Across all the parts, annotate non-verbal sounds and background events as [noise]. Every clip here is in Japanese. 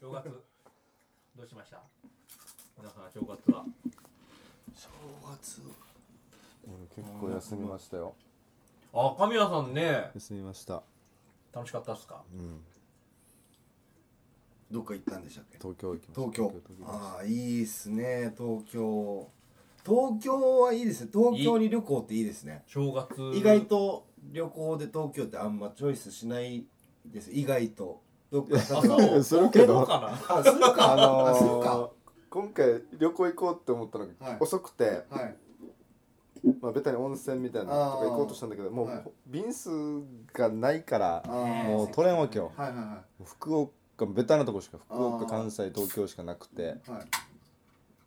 正月どうしました皆さん正月は正月結構休みましたよあ神谷さんね休みました楽しかったっすかうんどっか行ったんでしたっけ東京行きました東京東京ああいいっすね東京東京はいいですね東京に旅行っていいですね正月意外と旅行で東京ってあんまチョイスしないです意外とどっかあ例えそうするけどどうかばあするかあのーあするか今回旅行行こうって思ったのはいが遅くて、はいまあ、ベタに温泉みたいなのとか行こうとしたんだけどもう、はい便数がないからあーもう取れんわけよはいはいは福岡ベタなとこしか福あ岡ー関西東京しかなくていは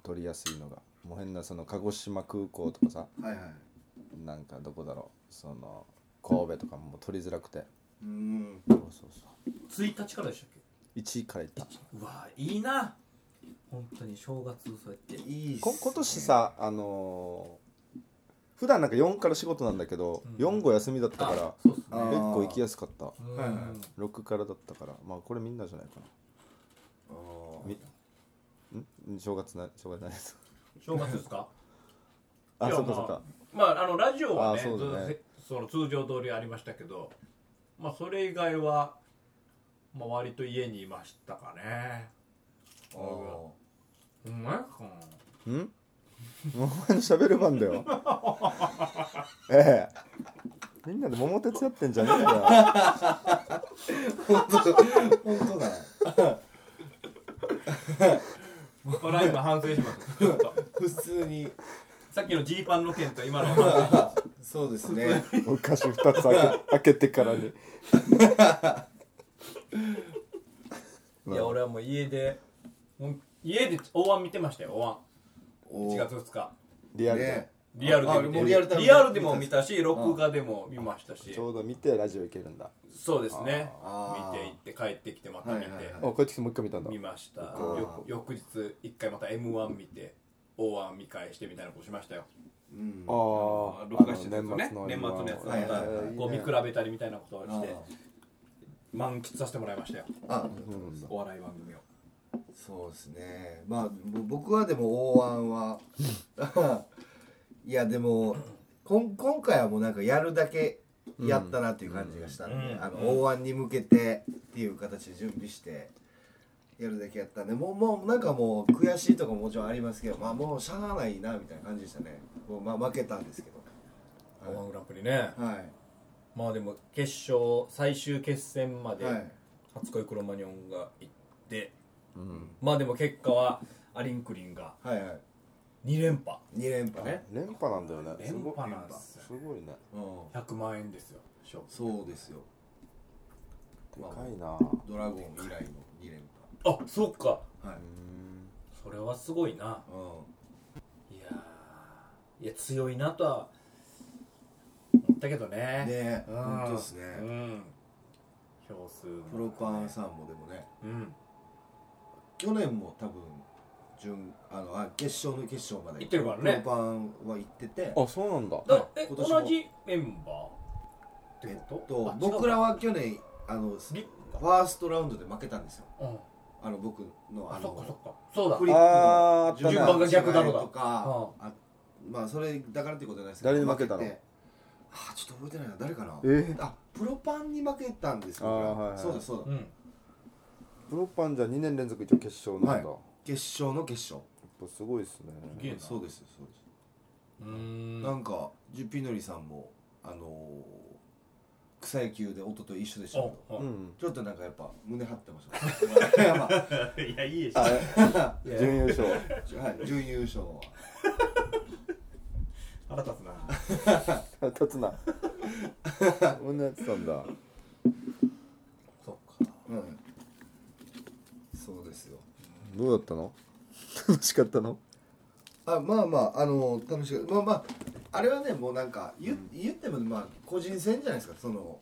取りやすいのがもう変なその鹿児島空港とかさいはいはいなんかどこだろうその神戸とかも取りづらくてうーんそうそうそうな1日からでしたっ1位から行ったけうわいいな本当に正月そうやっていいっす、ね、こ今年さあのー、普段なんか4から仕事なんだけど、うん4号休みだったからあ結そうっすあーね構行きやすかったうんはいはい6からだったからまあこれみんなじゃないかあーなん正月な正月ないです正月ですかあいやそっかそっかまああのラジオはねあそうだねずっとその通常通りありましたけどまあそれ以外はまあ割と家にいましたかねあーお前かうんお前の喋る番だよええみんなで桃鉄やってんじゃねえんだよ本当本当だこれは今反省しますちょっと普通にさっきのジーパンの件と今のは [laughs] そうですねお菓子2つ開け開けてからにいや俺はもう家でもう家でお椀見てましたよお椀お1ー月2日リアルで、ねリアルであ見もてうリアルタイムでリアルでも見たし録画でも見ましたしちょうど見てラジオ行けるんだそうですねあー見ていって帰ってきてまた見てはいはいはいあ帰ってきてもう一回見たんだ見ましたうんよ翌日一回また m 1見て O1 見返してみたいなことしましたようんあーあ録画してたやつのね年末のやつはいはいはいまたこう見比べたりみたいなことをして満喫させてもらいましたよあうんお笑い番組をそうですねまあぼ僕はでも大安は [laughs] いやでもこん今回はもうなんかやるだけやったなっていう感じがしたんで、うんあうの大安に向けてっていう形で準備してやるだけやったんでもうもうなんかもう悔しいとかももちろんありますけどまあもうしゃあないなみたいな感じでしたねもうまあ負けたんですけど O1 グランプリねはいまあでも決勝最終決戦まではい初恋クロマニョンが行ってうんまあでも結果はアリンクリンがはいはい2連覇2連覇ね連覇なんだよね連覇なんですすよごいねうん100万円ですよ賞そうですよでかいなドラゴン以来の2連あそっか覇はいうんそれはすごいなうんいやーいや強いなとは思ったけどねねうん本当ですねうん票数もプロパンさんもでもねうん去年も多分準あのあ決勝の決勝ま行でってるからねプロパンは行っててあそうなんだだえ今年も同じメンバーえっってことと僕らはは去年あのフリァーストラウンドで負けたんですようんあの僕のああそっかそのっかそうだフリッあーあっプたねの順番が逆だろうがとかあまあそれだからってことじゃないです誰に負けたのてあちょっと覚えてないな誰かなえあプロパンに負けたんですよあー僕らはいはいそうだそううだんプロパンじゃ2年連続一応決勝なんだ、は決勝の決勝やっぱすごいですねすげえなそうですよそうですうーんなんかジュピノリさんもあのー、草野球で音と一緒でしたけどおおうんちょっとなんかやっぱ胸張って [laughs] ました、ね、やっいやいいでしあょいや準優勝 [laughs] ぱはい準優勝は腹立つな立つなこんなやってたんだそっかうんそうですよどうだったの楽しかったのあまあまああのー、楽しかったまあまああれはねもうなんか言,、言ってもまあ個人戦じゃないですかその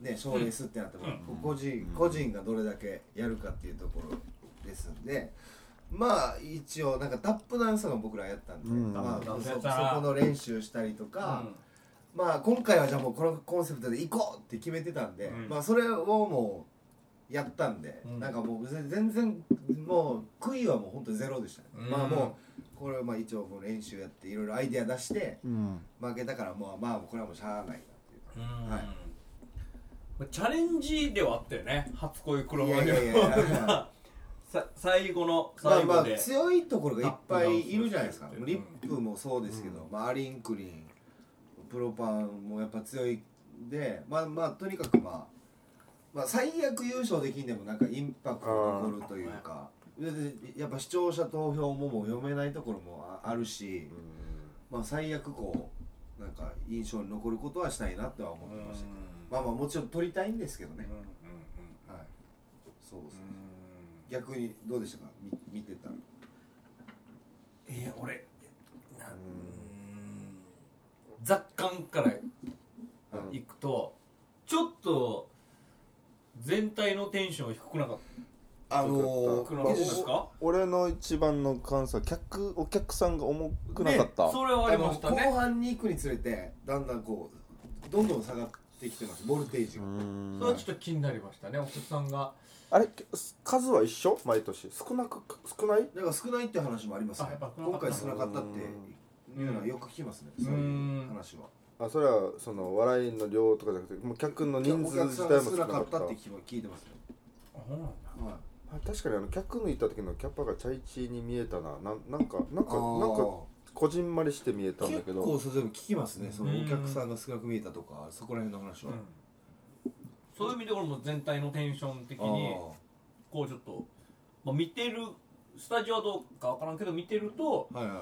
ね賞レースってなっても、個人個人がどれだけやるかっていうところですんでまあ一応なんかタップダンスが僕らやったんで、うんまタッあプそダンそスやったなこの練習したりとか、まあ今回はじゃあもうこのコンセプトで行こうって決めてたんで、うんまあそれをもやったんで、うんなんかもう別に全然もう悔いはもう本当にゼロでしたね、うんまあもうこれはまあ一応もう練習やっていろいろアイデア出してうん負けたからもうまあこれはもうしゃあないなっていううんはいまあチャレンジではあったよね初恋黒い羽やいやいやがさ最後のまあ最ま後あで、強いところがいっぱいいるじゃないですかアップダウンするリップもそうですけど、まあ、アリンクリンプロパンもやっぱ強いでまあまあとにかくまあまあ、最悪優勝できんでもなんかインパクトが残るというかででやっぱ視聴者投票ももう読めないところもああるし、まあ、最悪こうなんか印象に残ることはしたいなとは思ってましたけど、まあまあもちろん取りたいんですけどね、はいそうですね、逆にどうでしたかみ見てたらえー、俺なうーん雑感からいくと、ちょっと全体のテンション低くなかったあのくなかったですか俺の一番の感想は客お客さんが重くなかった、それはありましたあのね後半に行くにつれてだんだんこうどんどん下がってきてますボルテージうが、んそれはちょっと気になりましたねお客さんがあれ数は一緒毎年少なく少ないだから少ないって話もありますねあやっぱ少なか今った回少なかったっていうのはよく聞きますね、そういう話はあそれはその笑いの量とかじゃなくてもう客の人お数客自さん体がも少少ななかかっったたって聞いてますね、あそうなんだはいあ確かにあの客抜いた時のキャパがチャイチーに見えたななんなんかなんかなんかあこじんまりして見えたーんだ結け構どそれでも聞きますねそのうおん客さんが少なく見えたとかそこら辺の話は、そういう意味で俺も全体のテンション的あにこうちょっと、まあ、見てるスタジオはどうかわからんけど見てるとあはいはい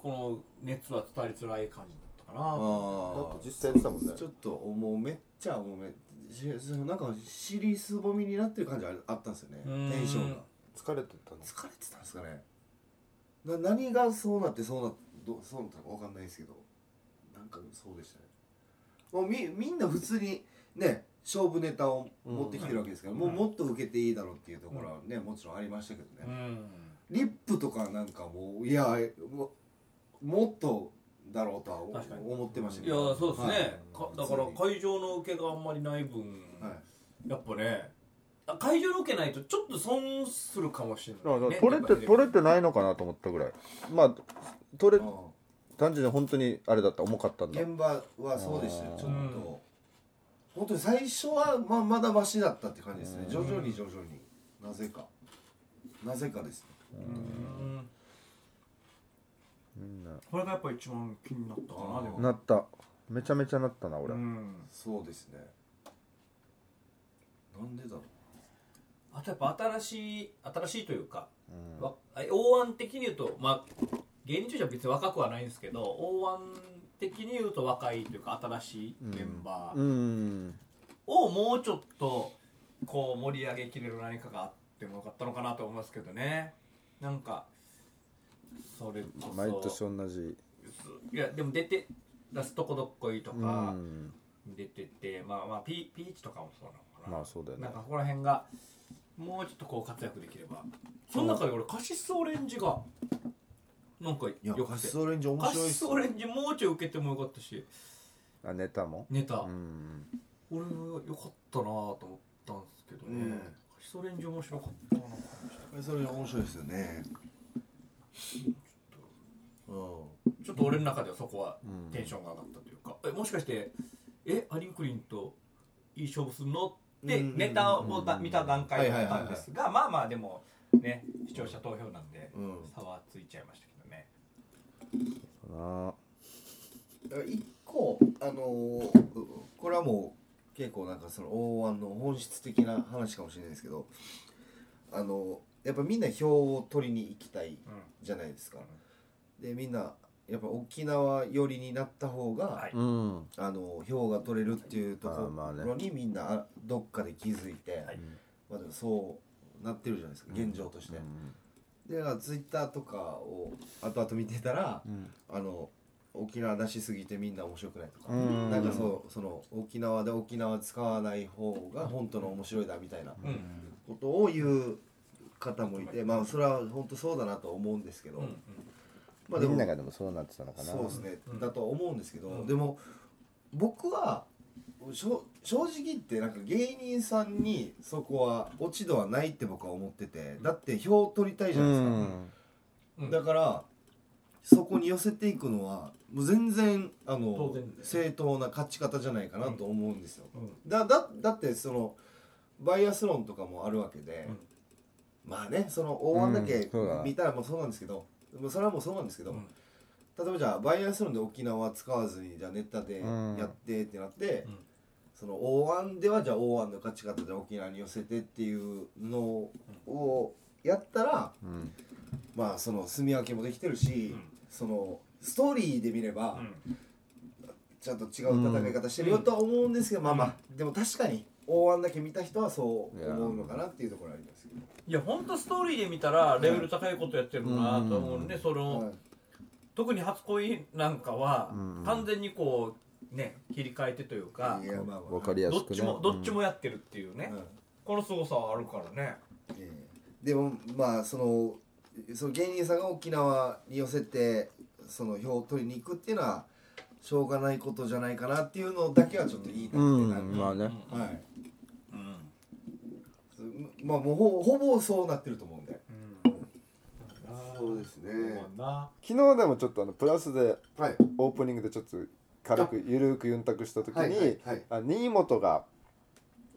この熱は伝わりづらい感じだったかあなだっーて実際やってたもんねちょっと重めっちゃ重めしなんか尻すぼみになってる感じああったんですよねうんテンションが疲れてたんです疲れてたんですかねな何がそうなってそうなどそうなったのかわかんないですけどなんかそうでしたねもうみみんな普通にね勝負ネタを持ってきてるわけですから、うんもうもっと受けていいだろうっていうところはね、もちろんありましたけどね、うんリップとかなんかもういやもうもっとだろうとは確かに思ってましたいけやどそうですはいね、かだから会場の受けがあんまりない分、はいやっぱねあ会場の受けないとちょっと損するかもしれあない、ね、取れて取れてないのかなと思ったぐらいまあ取れうん単純に本当にあれだった重かったんだ現場はそうでしたよあーちょっと本当に最初はまあまだマシだったって感じですねうん徐々に徐々になぜかなぜかですねうんみんなこれがやっぱ一番気になったかなでもなっためちゃめちゃなったな俺、うんそうですねなんでだろあとやっぱ新しい新しいというか、わ大腕的に言うとまあ現状じゃ別に若くはないんですけど大腕的に言うと若いというか新しいメンバーうんをもうちょっとこう盛り上げきれる何かがあってもよかったのかなと思いますけどねなんかそれこそ毎年同じいやでも出て出すとこどっこいとうかん出てて、まあまあピピーチとかもそうなのかな、まあそうだよねなんかここら辺がもうちょっとこう活躍できればその中で俺カシスオレンジがなんかういやよカくてシスオレンジ面カ白いシっスすオレンジもうちょい受けてもよかったしあネタもネタ、うん俺はよかったなぁと思ったんですけどね、うんカシスオレンジ面白かったなぁカシスオレンジ面白いですよねうんちょっと俺の中ではそこはうんテンションが上がったというか、えもしかしてえアリンクリンといい勝負するのってうんネタをだ見た段階だったんですがまあまあでもね視聴者投票なんでうん差はついちゃいましたけどねなあだから一個あのーこれはもう結構なんかその大腕の本質的な話かもしれないですけどあのーやっぱみんな票を取りに行きたいじゃないですか、でみんなやっぱ沖縄寄りになった方が、はいうんあの票が取れるっていうとこまあまあろにみんなあどっかで気づいて、はいまあ、でもそうなってるじゃないですか現状として、でだからツイッターとかを後々見てたら、んあの沖縄出しすぎてみんな面白くないとか、うんなんかそうその沖縄で沖縄使わない方が本当の面白いだみたいなうんことを言う方もいて、まあそれは本当そうだなと思うんですけど、うんまみあでんもながでもそうなってたのかなそうですね、うんだと思うんですけど、うんでも僕はしょ正直言ってなんか芸人さんにそこは落ち度はないって僕は思っててだって票取りたいじゃうないですか、んうんだからそこに寄せていくのはもう全然あの当然だよ正当な勝ち方じゃないかなと思うんですよ、うんだだだってそのバイアスロンとかもあるわけで、うんまあねその大腕だうんけそうだ見たらもうそうなんですけど、もうそれはもうそうなんですけど、うん例えばじゃあバイアスロンで沖縄使わずにじゃあネタでやってってなって、うんその大腕ではじゃあ大腕の勝ち方で沖縄に寄せてっていうのをやったら、うんまあその住み分けもできてるし、うんそのストーリーで見ればうんちゃんと違う戦い方してるよとは思うんですけど、まあまあでも確かに大腕だけ見た人はそう思うのかなっていうところはありますけど、いや本当ストーリーで見たらレベル高いことやってるなと思うんで、その、はい特に初恋なんかは、うん完全にこうね切り替えてというかいやまあまあわかりやすどくっちも、どっちもやってるっていうね、うんこの凄さはあるからねええでもまあそのその芸人さんが沖縄に寄せてその票を取りに行くっていうのはしょうがないことじゃないかなっていうのだけはちょっと言いたくて、うんなんかまあねうんはいうんまあもうほほぼそうなってると思うんでそうですねうんな昨日でもちょっとあのプラスではいオープニングでちょっと軽くゆるくゆんたくした時に、はいはいはいあ新本が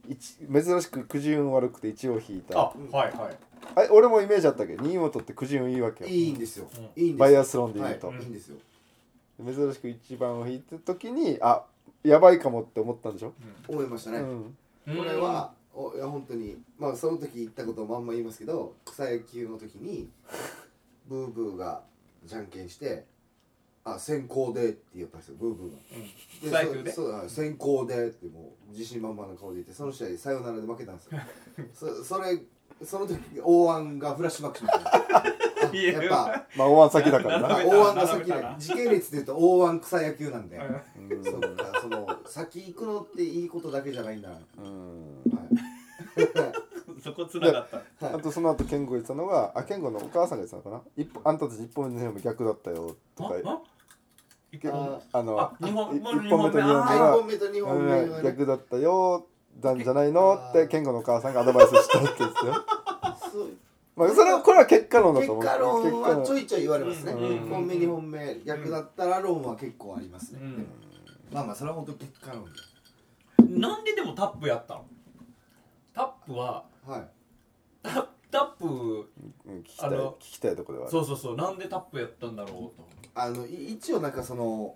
一珍しくくじ運悪くて1を引いあたはいはいあれ俺もイメージあったけど新本ってくじ運いいわけよいいんですよういいんですバイアスロンで言うと、はいいいんですよ珍しく1番を引いた時にあやばいかもって思ったんでしょ、思いましたうねん、これはおいや本当にまあその時言ったことをまんま言いますけど草野球の時にブーブーがじゃんけんしてあ先行でって言ったんですよブーブーがうん草野球でそそうはい先行でってもう自信満々な顔で言ってその試合サヨナラで負けたんです [laughs] よそそれその時大腕がフラッシュバックしましたあ [laughs] いややっぱまあ大腕先だからな [laughs] 並べた大腕が並先べでたな時系列で言うと大腕草野球なんでうんそっかその先行くのっていいことだけじゃないんだな、はうんいそこつながったあとその後健吾言ってたのがあ健吾のお母さんが言ってたのかな一本あんたたち1本目のも逆だったよとかああ一け本ああのあ日本いまあ一本目と日本目2本あ目1は本目と2本目うはんね逆だったよなんじゃないのって健吾のお母さんがアドバイスしたって言ってたよそうまあそれはこれは結果論だ結と思う果論はちょいいちょい言われますねうん1本目2本目逆だったら論は結構ありますねうまあまあそれは本当結果論でんなんででもタップやったのタップははいタップタップ聞きたいあの聞きたいとこではあるそうそうそうなんでタップやったんだろうとあのい一応なんかその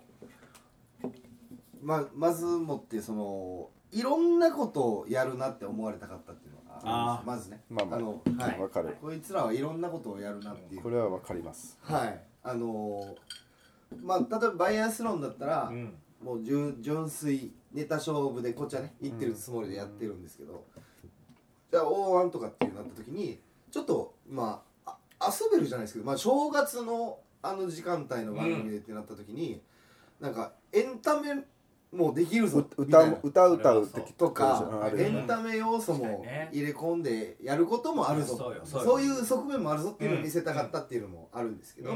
ままずもってそのいろんなことをやるなって思われたかったっていうのがああーりますまずねまあまあのはいわかるこいつらはいろんなことをやるなっていうこれはわかりますはいあのーまあ例えばバイアスロンだったら、んもう純純粋ネタ勝負でこっちはね行ってるつもりでやってるんですけど、じゃあ大1とかっていうなった時にちょっとまああ遊べるじゃないですけど、まあ、正月のあの時間帯の番組でってなった時に、なんかエンタメもできるぞうみた歌いなも歌歌うってとうんあかるよエねンタメ要素も入れ込んでやることもあるぞそうよそうよそういう側面もあるぞっていうのを見せたかったっていうのもあるんですけど、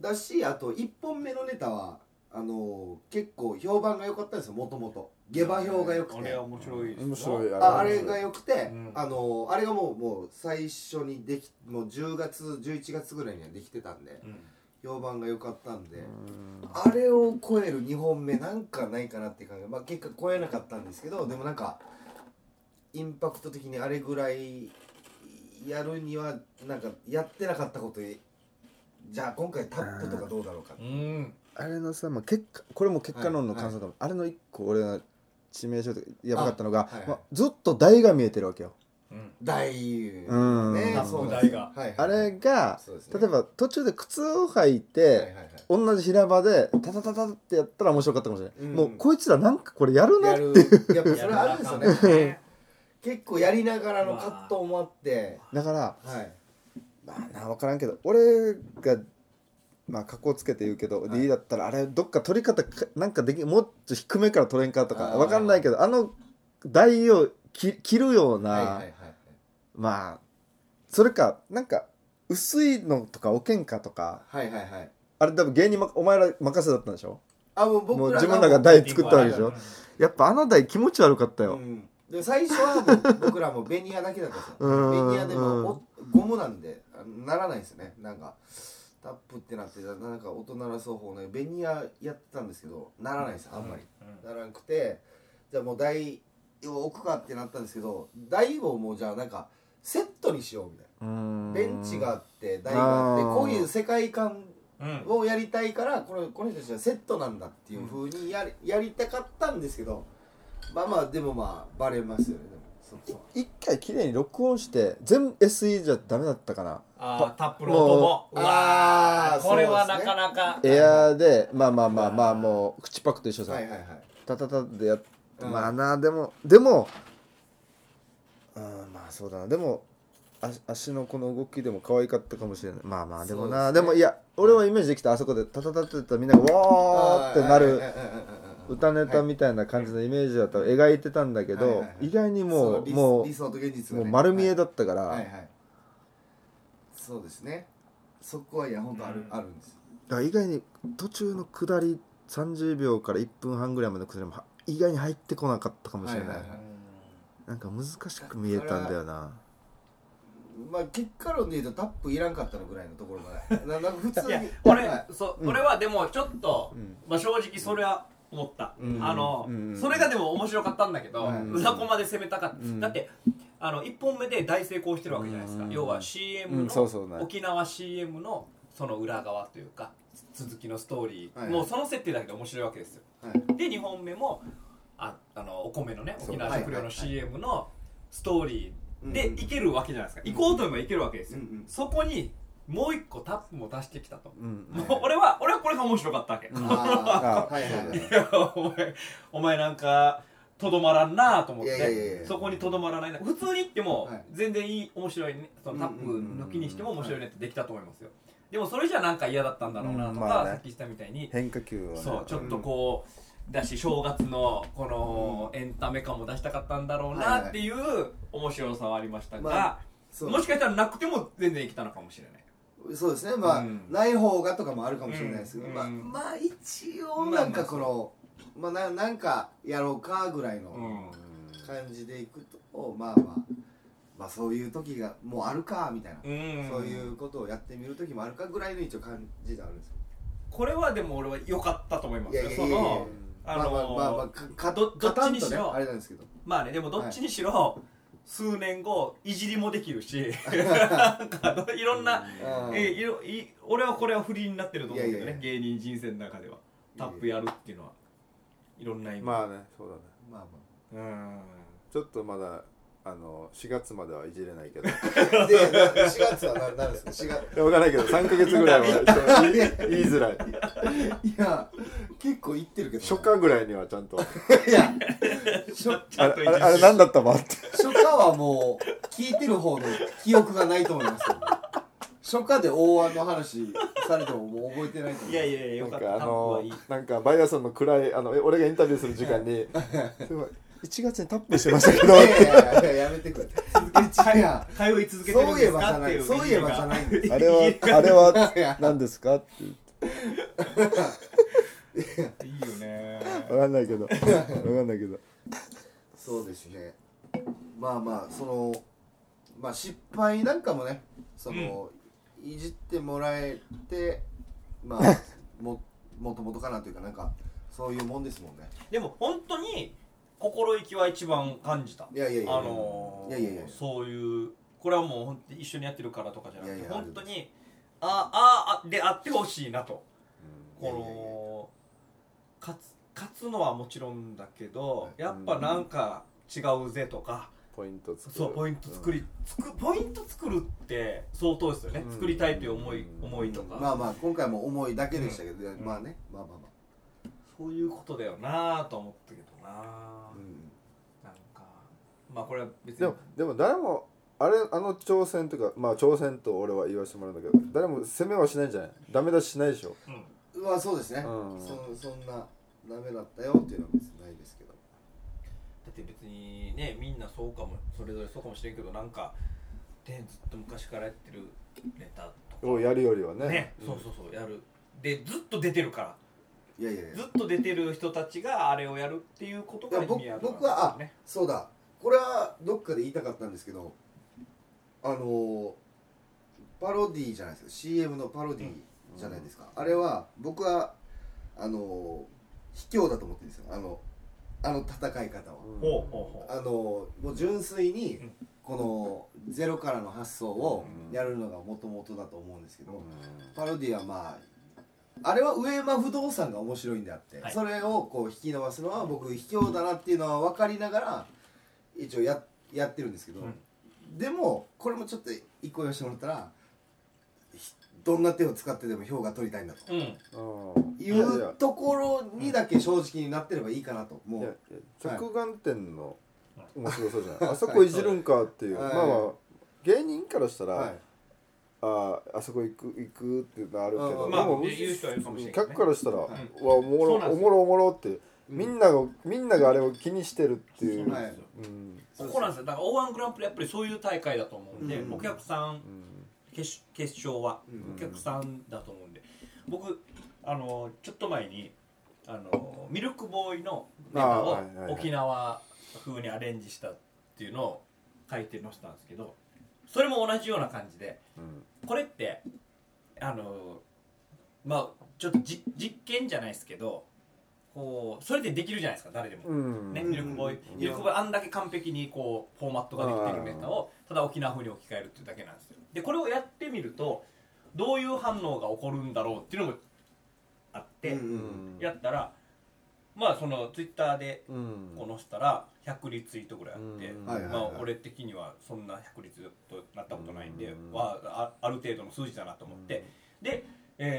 だしあと1本目のネタはあのー結構評判が良かったんですよもともと下馬評が良くあてれは面白いですよ面白いああれが良くて、うんあのーあれがもうもう最初にできもう10月11月ぐらいにはできてたんでうん評判が良かったんで、うんあれを超える2本目なんかないかなって感じ、まあ、結果超えなかったんですけどでもなんかインパクト的にあれぐらいやるにはなんかやってなかったことでじゃあ今回タップとかどうだろうかうんあれのさ、まあ、結果これも結果論の感想だもん、あれの一個俺が致命傷でやばかったのがあはいはいまあ、ずっと台が見えてるわけよ、うん大うんねタップそうなん台ですがはいはいあれが、そうですね例えば途中で靴を履いて、はいはいはい同じ平場でタタタタってやったら面白かったかもしれない、うんもうこいつらなんかこれやるなやるやっぱそれあるんですよねね結構やりながらの葛藤もあってだからはいまあな分からんけど俺がまあ格好つけて言うけど、はい D だったらあれどっか取り方かなんかできもっと低めから取れんかとかあー分かんないけどあの台をき切るような、はいはいはいまあそれかなんか薄いのとかおけんかとかはいはいはいあれ多分芸人まお前ら任せだったんでしょあもうもう僕ら自が分らが台作ったわけでしうょんやっぱあの台気持ち悪かったうよ、んで最初はもう僕らもベニヤだけだったんですうよんベニヤでもおゴムなんであならないですよねなんかタップってなってなんか音鳴らそう方ねベニヤやってたんですけどならないですあんまり、ならなくてじゃあもう台を置くかってなったんですけど台をもうじゃあなんかセットにしようみたいうんなベンチがあって台があってあーこういう世界観うんをやりたいからこのこの人たちはセットなんだっていうふうにやりやりたかったんですけどまあまあでもまあバレますよねでもそこは一回綺麗に録音して全部 SE じゃダメだったかなあータップの音ももうわあーーこれはそうなですかねなかエアーでまあまあまあまあもう口パクと一緒さ、はいはいはいタタタでやっ、うんまあなでもでもうんまあそうだなでもあ足のこの動きでも可愛かったかもしれないまあまあでもなそうで,、ですねもいや俺はイメージできたあそこでタタタって言ったらみんながわーってなる歌ネタみたいな感じのイメージだったら描いてたんだけど、はいはいはい意外ににもうもう理想と現実もがうね丸見えだったから、はいはいはいそうですねそこはいや本当あるうんあるんですよだから意外に途中の下り30秒から1分半ぐらいまでの下りもは意外に入ってこなかったかもしれない、はいはいはいなんか難しく見えたんだよなまあ結果論で言うとタップいらんかったのぐらいのところまでななんか普 [laughs] 通いやに俺はいそう俺はでもちょっとうんまあ正直それは思ったんあのうんそれがでも面白かったんだけどうんうざこまで攻めたかっうんただってあの1本目で大成功してるわけじゃないですかうん要はう CM んそうそうねの沖縄 CM のその裏側というか続きのストーリはーいもうその設定だけで面白いわけですよはいで2本目もああのお米のねそう沖縄食料の CM のストーリーうでんうんいけるわけじゃないですか行こうと思えばいけるわけですようんうんそこにもう一個タップも出してきたとうんもう俺は俺はこれが面白かったわけ、いあーはいはいはいや [laughs] お前お前なんかとどまらんなと思っていやいやいやいやそこにとどまらないな普通に言ってもはい全然いい面白いねそのタップうんうんうんうん抜きにしても面白いねってできたと思いますよでもそれじゃなんか嫌だったんだろうなとか、うんまあねさっき言ったみたいに変化球をねそうちょっとこう、だし正月のこのエンタメ感も出したかったんだろうなっていう面白さはありましたが、まあそうもしかしたらなくても全然生きたのかもしれないそうですねまあ、うんない方がとかもあるかもしれないですけど、うんまあ、うんまあ一応なんかこの、まあななんかやろうかぐらいのうん感じでいくと、まあまあまあそういう時がもうあるかみたいな、うんそういうことをやってみる時もあるかぐらいの一応感じであるんですこれはでも俺は良かったと思いまいすやいよやいやそいやのあまあまあのまあまあかかどどっちにしろかたんとねあれなんですけどまあねでもどっちにしろ数年後いじりもできるしなんかいろんなうんえいろい俺はこれは不利になってると思うけどいやいね芸人人生の中ではタップやるっていうのはいろんな意味まあねそうだねまあうんちょっとまだあの4月まではいじれないけどまあで4月はななんですか4月 [laughs] 分からないけど3か月ぐらいはそう言い言いづらいいや結構いってるけど初夏ぐらいにはちゃんといやあちゃんといじれあるれあれ何だったばって初夏はもう聞いてる方の記憶がないと思いますよ初夏で大安の話されてももう覚えてないと思ういやいやいやよなかんかったタあップはのいいなんかバイアソンの暗いあのえ俺がインタビューする時間にすごい1月にタップしてました [laughs] けどいやいやいややめてくれ [laughs] いや通い続けてるんそういでえすばかじゃっなていいうそういえばじゃないんですあれは、あれは、何ですかって言って。いいよねわかんないけど。わかんないけど。そうですねまあまあそのまあ失敗なんかもねその、いじってもらえて [laughs] まあももともとかなというかなんかそういうもんですもんねでも本当に心意気は一番感じたいやいやいやあのーいやいやいやそういうこれはもう本当に一緒にやってるからとかじゃなくていやいや本当にあああであってほしいなといやいやいやこの勝つ勝つのはもちろんだけはどいやっぱなんか違うぜとかポイント作る。そうポイント作りつくポイント作るって相当ですよねうん作りたいという思いうん思いとまかあまあ今回も思いだけでしたけど、んまあねまあまあまそういうことだよなと思ったけどなあ、うんなんかまあこれは別でにも、でも誰も、あれ、あの挑戦とか、まあ挑戦と俺は言わせてもらうんだけど、誰も攻めはしないんじゃないダメ出ししないでしょ。うんまあそうですね、うんそそんなダメだったよっていうのは別にないですけどだって別にねみんなそうかもそれぞれそうかもしれんけどなんか、ね、ずっと昔からやってるネタとをやるよりはかね。ね、うんそうそうそうやるでずっと出てるからいやいやいやずっと出てる人たちがあれをやるっていうこといやが僕意味ある僕はあねそうだこれはどっかで言いたかったんですけどあのーパロディじゃないですか CM のパロディじゃないですか、あれは僕はあのー卑怯だと思ってるんですよあのあの戦い方は、ほうほうほうあのーもう純粋にうんこのゼロからの発想をやるのがもともとだと思うんですけど、パロディはまああれは上間不動産が面白いんであって、はいそれをこう引き伸ばすのは僕卑怯だなっていうのは分かりながら一応ややってるんですけど、でもこれもちょっと一個言わせてもらったらひどんな手を使ってでも票が取りたいんだとうんうんうんいいやいやうところにだけ正直になってればいいかなともいやいうやはい着眼点の面白さじゃない、あそこいじるんかっていう、はいまあまあ芸人からしたら、はいあああそこ行く行くっていうのあるけど、うんまあでも言う人はいるかもしれないけどね客からしたら、はいうわおもそろうなんおですよもろおもろって、みんながみんながあれを気にしてるっていう、はいうんここなんですよだから O−1 グランプリやっぱりそういう大会だと思うんで、うんお客さんうん決決勝は、うんお客さんだと思うんで僕あのちょっと前にあのミルクボーイのネタあをーはいはいはい沖縄風にアレンジしたっていうのを書いて載せたんですけどそれも同じような感じでうんこれってあのまあちょっとじ実験じゃないですけどこうそれでできるじゃないですか誰でも。うんね、うんミルクボーイ、うんミルクボーイあんだけ完璧にこうフォーマットができてるネタをただ沖縄風に置き換えるっていうだけなんですよでこれをやってみるとどういう反応が起こるんだろうっていうのもあって、うんうんやったらまあそのツイッターでうんこう載せたら100リツイートぐらいあって、うんまはいはいはいあ俺的にはそんな100リツイートなったことないんで、うんわああある程度の数字だなと思って、で、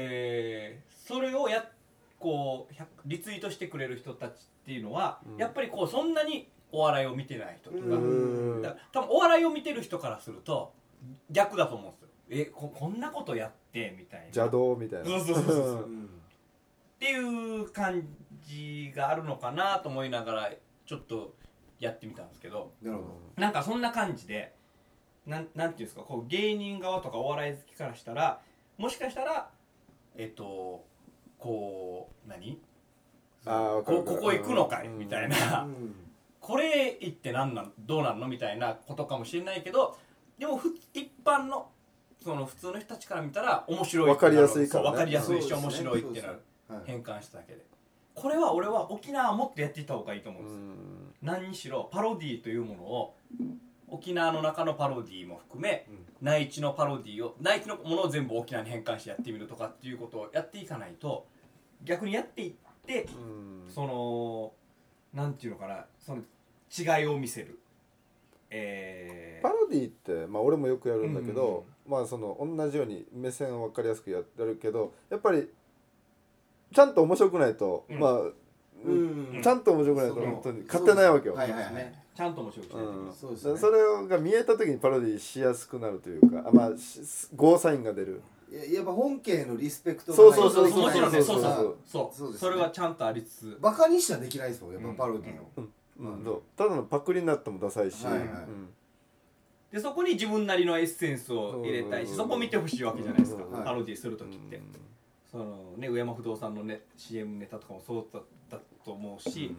えーそれをやこう100リツイートしてくれる人たちっていうのは、うんやっぱりこうそんなにお笑いを見てない人とか,、うんだから多分お笑いを見てる人からすると逆だと思うんですよえここんなことやってみたいな邪道みたいなそうそうそうそううんっていう感じがあるのかなと思いながらちょっとやってみたんですけどなるほなんかそんな感じでなんなんていうんですかこう芸人側とかお笑い好きからしたらもしかしたらえっとこう何あーわかるこわかるここ行くのかいうんみたいど、な、うんこれ行ってなんなんどうなんのみたいなことかもしれないけどでもふ一般のその普通の人たちから見たら面白いってなるわかりやすいからねそうわかりやすいしそう面ですね白いってなる、はい変換しただけでこれは俺は沖縄はもっとやっていった方がいいと思ううんですよ、ん何にしろパロディーというものを沖縄の中のパロディーも含め、うん内地のパロディーを内地のものを全部沖縄に変換してやってみるとかっていうことをやっていかないと逆にやっていってうんそのなんていうのかなその違いを見せるえパロディって、まあ、俺もよくやるんだけど、まあその同じように目線を分かりやすくやるけどやっぱりちゃんと面白くないと、うんまあ、うんちゃんと面白くないとそう本当に勝てないわけよ。はいーはいはい、ねちゃんと面白くしないといけない、そううんですねそれが見えた時にパロディしやすくなるというかあまあしゴーサインが出るややっぱ本家へのリスペクトそうないとそうそうもちろんねそうそうそそううそうそうですねそれはちゃんとありつつバカにしちゃできないですもんやっぱうんパロディを、うんそうただのパクリになってもダサいし、はいはいうんでそこに自分なりのエッセンスを入れたいしうんそこ見てほしいわけじゃないですか、うんはいパロディする時って、そのね上山不動産のね CM ネタとかもそうだったと思うし、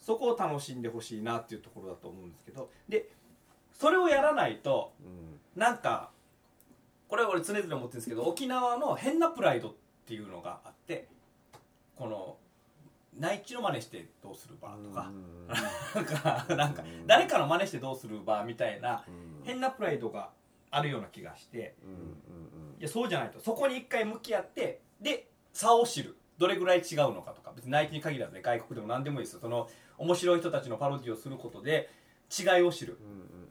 そこを楽しんでほしいなっていうところだと思うんですけどでそれをやらないとうんなんかこれは俺常々思ってるんですけど沖縄の変なプライドっていうのがあってこの内地の真似してどうするバーとか、なんかなんかうん誰かの真似してどうするバーみたいなうん変なプライドがあるような気がしてうんうんいやそうじゃないとそこに一回向き合ってで差を知るどれぐらい違うのかとか別に内地に限らずね外国でも何でもいいですよその面白い人たちのパロディをすることで違いを知るうんうん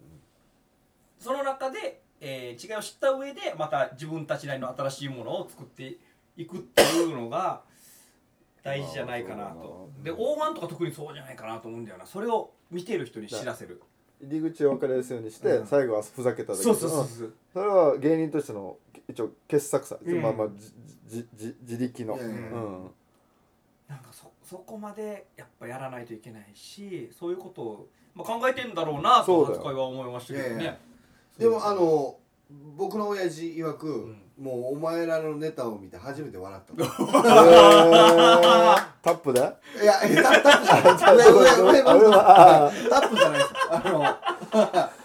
その中で、えー違いを知った上でまた自分たちなりの新しいものを作っていくっていうのが大事じゃないかなまあそとうでだな O1 とか特にそうじゃないかなと思うんだよなそれを見てる人に知らせる入り口を分かりやすいようにして、うん最後はふざけただけそうそうそうそうそれは芸人としての一応傑作さ、うんまあまあじじじ自力の、いやいやういやんなんかそそこまでやっぱやらないといけないしそういうことを、まあ、考えてんだろうなそとうだ初よ恋は思いましたけどいやいやねでもあの僕の親父曰く、もうお前らのネタを見て初めて笑ったのえータップでいやいやタップじゃない上上上上タップじゃないですあの [laughs]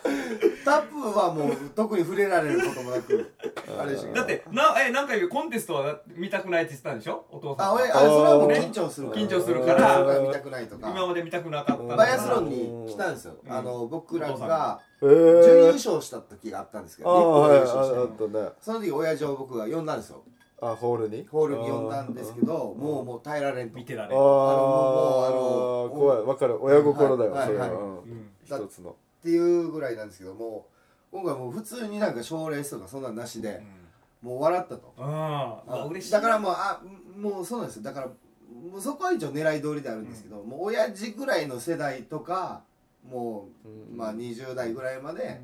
タップはもう特に触れられることもなくあれでしたけどだってなえなんか言うコンテストは見たくないって言ってたんでしょお父さんあは俺あれそれはもう緊張するから緊張するからそれは見たくないとか今まで見たくなかったのがバイアスロンに来たんですよ、うんあの僕らお父さんががえ準優ー、勝した時があったんですけあど、あ日本はでい優あ勝したあ時ったねその時親父を僕が呼んだんですよあホールにホールに呼んだんですけどもうもう耐えられんと見てらあれーるあのもうあのー怖いわかる親心だよ、はいそれは、はいはいうんだ一つのっていうぐらいなんですけども今回もう普通になんか賞レースとかそんなんなしで、もう笑ったとうんうわ嬉しいだからもうあもうそうなんですよだからもうそこは一応狙い通りであるんですけど、もう親父ぐらいの世代とかもう、うんまあ20代ぐらいまで、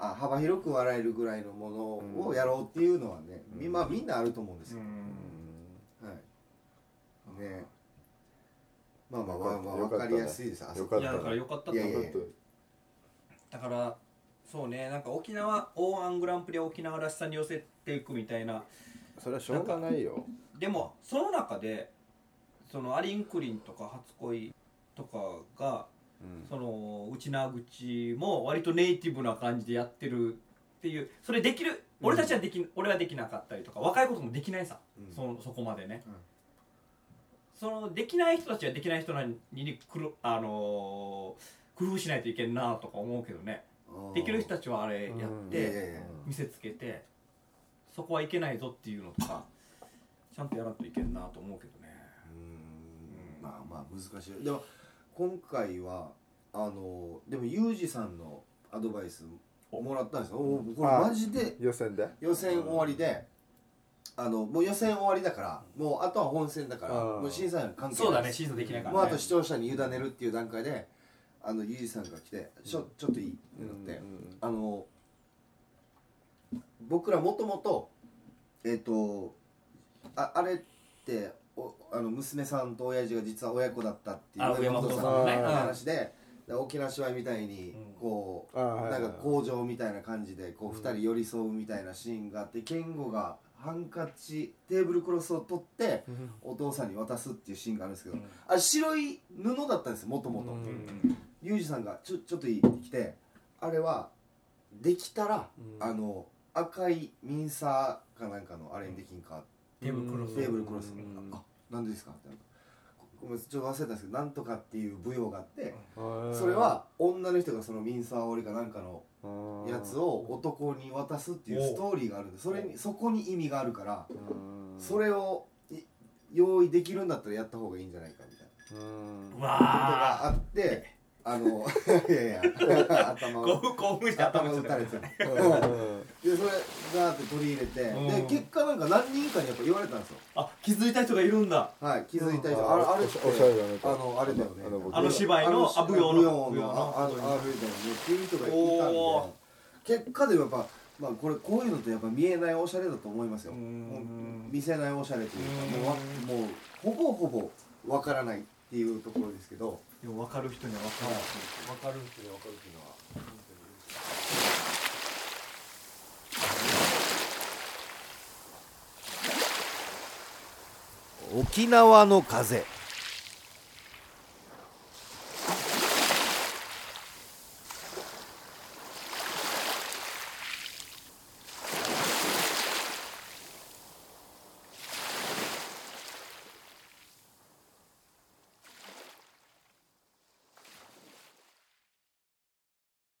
あ幅広く笑えるぐらいのものをやろうっていうのはね、みまあみんなあると思うんですうよ、んはいねまあまあまあまあよ分かったねかりやすいですあそよこかっいやだたからねよかったいとや思いうやだからそうねなんか沖縄大安グランプリは沖縄らしさに寄せていくみたいなそれはしょうがないよでもその中でそのアリンクリンとか初恋とかが、その内縄口も割とネイティブな感じでやってるっていうそれできる俺たちはでき、俺はできなかったりとか若いこともできないさ、うんそのそこまでね、うんそのできない人たちはできない人なりに苦労あのー工夫しないといけんなとか思うけどねできる人たちはあれやっで、いて、やいやいや見せつけてそこはいけないぞっていうのとかちゃんとやらんといけんなと思うけどねうーんまあまあ難しいでも今回はあのでもユージさんのアドバイスをもらったんですよおこれあマジで予選で予選終わりであのもう予選終わりだからもうあとは本戦だからあーもう審査員関係ないそうだね審査できないから、ね、もうあと視聴者に委ねるっていう段階であのユージさんが来て「ちょちょっといい?」ってなって、うんあの僕らもともとえっ、とああれっておあの娘さんと親父が実は親子だったっていうあ上本本ささんんののね話でで沖縄芝居みたいにこう、あーはないはいんか工場みたいな感じでこう2人寄り添うみたいなシーンがあって健吾がハンカチテーブルクロスを取ってお父さんに渡すっていうシーンがあるんですけど、あれ白い布だったんですもともと。ユージさんがちょ「ちょっといい」って来てあれはできたら、うんあの赤いミンサーかなんかのあれにできんか、テーブルクロステーブルクロス、うんあなんでですかってごめんちょっと忘れたんですけどなんとかっていう舞踊があって、うんそれは女の人がそのミンサー折りかなんかのうんやつを男に渡すっていうストーリーがあるんでそれにそこに意味があるから、うんそれをい用意できるんだったらやった方がいいんじゃないかみたいな。うんうことがわあってあのいやいや頭ー興を奮興奮して頭頭打打たたれれててるるで [laughs] うんそれガーって取り入れてうんで結果なんか何人かにやっぱ言われたんですよあ気づいた人がいるんだはい気づいたあ人ーあれあれおしおしゃれだねあのあれだよねあの僕あの芝居のあ舞踊の舞踊舞踊ののあああれだよねっていう人がいたおんで結果でもやっぱまあこれこういうのってやっぱ見えないおしゃれだと思いますようもんう見せないおしゃれというかもううわもうほぼほぼわからないっていうところですけどでも分かる人には分かる、わかるっていうのはわかるっていうのは沖縄の風